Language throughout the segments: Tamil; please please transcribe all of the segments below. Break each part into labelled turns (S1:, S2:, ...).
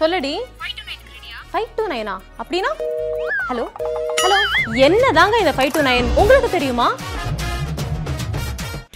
S1: சொல்லடி ஃபைவ் டூ நைனா அப்படின்னா ஹலோ ஹலோ என்னதாங்க இந்த ஃபைவ் டூ நைன் உங்களுக்கு தெரியுமா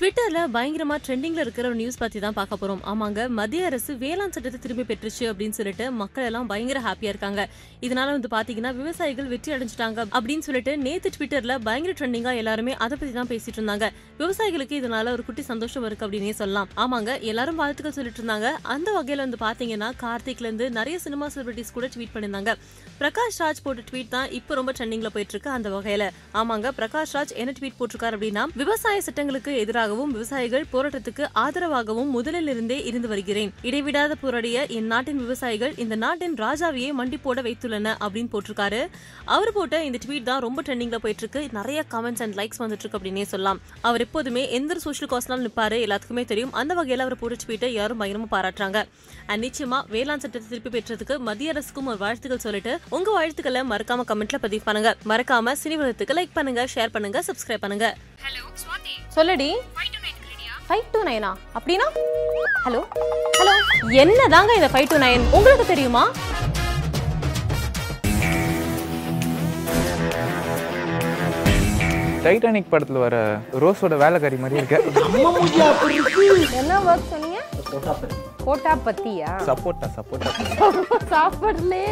S2: ட்விட்டர்ல பயங்கரமா ட்ரெண்டிங்ல இருக்கிற ஒரு நியூஸ் பத்தி தான் பார்க்க போறோம் ஆமாங்க மத்திய அரசு வேளாண் சட்டத்தை திரும்பி பெற்றுச்சு அப்படின்னு சொல்லிட்டு மக்கள் எல்லாம் பயங்கர ஹாப்பியா இருக்காங்க இதனால வந்து பாத்தீங்கன்னா விவசாயிகள் வெற்றி அடைஞ்சிட்டாங்க அப்படின்னு சொல்லிட்டு நேத்து ட்விட்டர்ல பயங்கர ட்ரெண்டிங்கா எல்லாருமே அதை பத்தி தான் பேசிட்டு இருந்தாங்க விவசாயிகளுக்கு இதனால ஒரு குட்டி சந்தோஷம் இருக்கு அப்படின்னே சொல்லலாம் ஆமாங்க எல்லாரும் வாழ்த்துக்கள் சொல்லிட்டு இருந்தாங்க அந்த வகையில வந்து பாத்தீங்கன்னா கார்த்திக்ல இருந்து நிறைய சினிமா செலிபிரிட்டிஸ் கூட ட்வீட் பண்ணியிருந்தாங்க பிரகாஷ் ராஜ் போட்ட ட்வீட் தான் இப்போ ரொம்ப ட்ரெண்டிங்ல போயிட்டு இருக்கு அந்த வகையில ஆமாங்க பிரகாஷ் ராஜ் என்ன ட்வீட் போட்டிருக்காரு அப்படின்னா விவசாய சட்டங்களுக்கு எதிராகவும் விவசாயிகள் போராட்டத்துக்கு ஆதரவாகவும் முதலில் இருந்தே இருந்து வருகிறேன் இடைவிடாத போராடிய என் நாட்டின் விவசாயிகள் இந்த நாட்டின் ராஜாவையே மண்டி போட வைத்துள்ளன அப்படின்னு போட்டிருக்காரு அவர் போட்ட இந்த ட்வீட் தான் ரொம்ப ட்ரெண்டிங்ல போயிட்டு இருக்கு நிறைய கமெண்ட்ஸ் அண்ட் லைக்ஸ் வந்துட்டு இருக்கு அப்படின்னே சொல்லலாம் அவர் எப்போதுமே எந்த ஒரு சோஷியல் காஸ்ட்லாம் நிற்பாரு எல்லாத்துக்குமே தெரியும் அந்த வகையில் அவர் போட்ட ட்வீட்டை யாரும் பயங்கரமா பாராட்டுறாங்க அண்ட் நிச்சயமா வேளாண் சட்டத்தை திருப்பி பெற்றதுக்கு மத்திய அரசுக்கும் ஒரு வாழ்த்துக்கள் சொல்லிட்டு உங்க வாழ்த்துக்களை மறக்காம கமெண்ட்ல பதிவு பண்ணுங்க மறக்காம சினிவலத்துக்கு லைக் பண்ணுங்க ஷேர் பண்ணுங்க சப்ஸ்கிரைப் பண்ணுங்க
S1: சொல்லடி ஃபைவ் டூ நைனா அப்படின்னா ஹலோ ஹலோ என்னதாங்க இந்த ஃபைவ் டூ நைன் உங்களுக்கு தெரியுமா
S3: டைட்டானிக் படத்தில் வர ரோஸோட வேலைக்காரி மாதிரி இருக்க
S4: என்ன ஒர்க் சொன்னீங்க கோட்டா பத்தியா
S3: சப்போட்டா சப்போட்டா
S4: சாப்பாடுலயே